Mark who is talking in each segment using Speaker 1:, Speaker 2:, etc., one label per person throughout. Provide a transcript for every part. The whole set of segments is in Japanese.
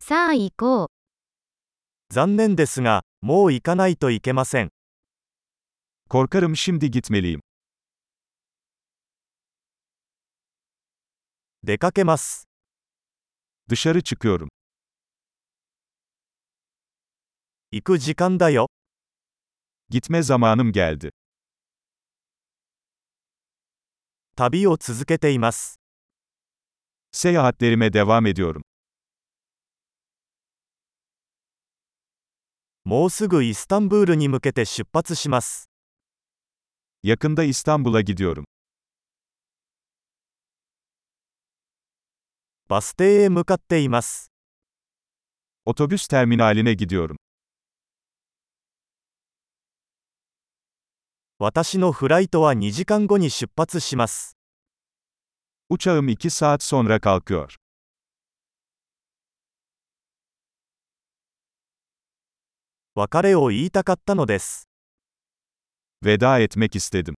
Speaker 1: さあ行こう。
Speaker 2: 残念ですが、もう行かないといけません。
Speaker 3: Korkarım şimdi gitmeliyim.
Speaker 2: 出かけます。
Speaker 3: Dışarı çıkıyorum.
Speaker 2: 行く時間だよ。
Speaker 3: Gitme zamanım geldi.
Speaker 2: 旅を続けています。
Speaker 3: Seyahatlerime devam ediyorum.
Speaker 2: もうすぐイスタンブールに向けて出発します。
Speaker 3: Yakında İstanbul'a gidiyorum.
Speaker 2: バス停へ向かっています。
Speaker 3: Otobüs terminaline gidiyorum.
Speaker 2: 私のフライトは2時間後に出発します。
Speaker 3: Uçağım 2 saat sonra kalkıyor.
Speaker 2: 別れを言いたかったのです。
Speaker 3: Veda etmek istedim.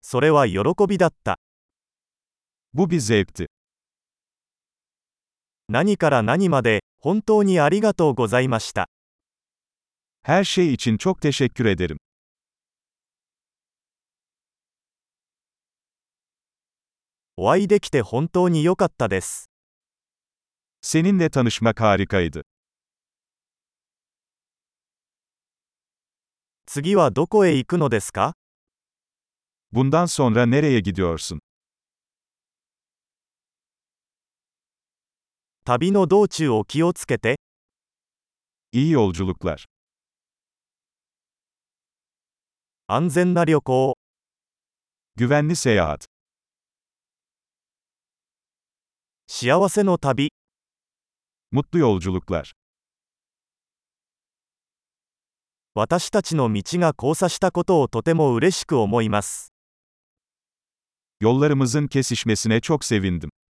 Speaker 2: それは喜びだった。
Speaker 3: Bu bir zevkti.
Speaker 2: 何から何まで、本当にありがとうございました。
Speaker 3: Her şey için çok teşekkür ederim.
Speaker 2: お会いできて本当に良かったです。
Speaker 3: Seninle tanışmak harikaydı.
Speaker 2: 次はどこへ行くのですか
Speaker 3: Bundan sonra nereye gidiyorsun?
Speaker 2: 旅の道中を気をつけて、
Speaker 3: İyi yolculuklar.
Speaker 2: 安全な旅行を。
Speaker 3: Güvenli seyahat.
Speaker 2: 幸せの旅。
Speaker 3: Mutlu yolculuklar.
Speaker 2: 私たちの道が交差したことをとても嬉しく思います。
Speaker 3: Yollarımızın kesişmesine çok sevindim.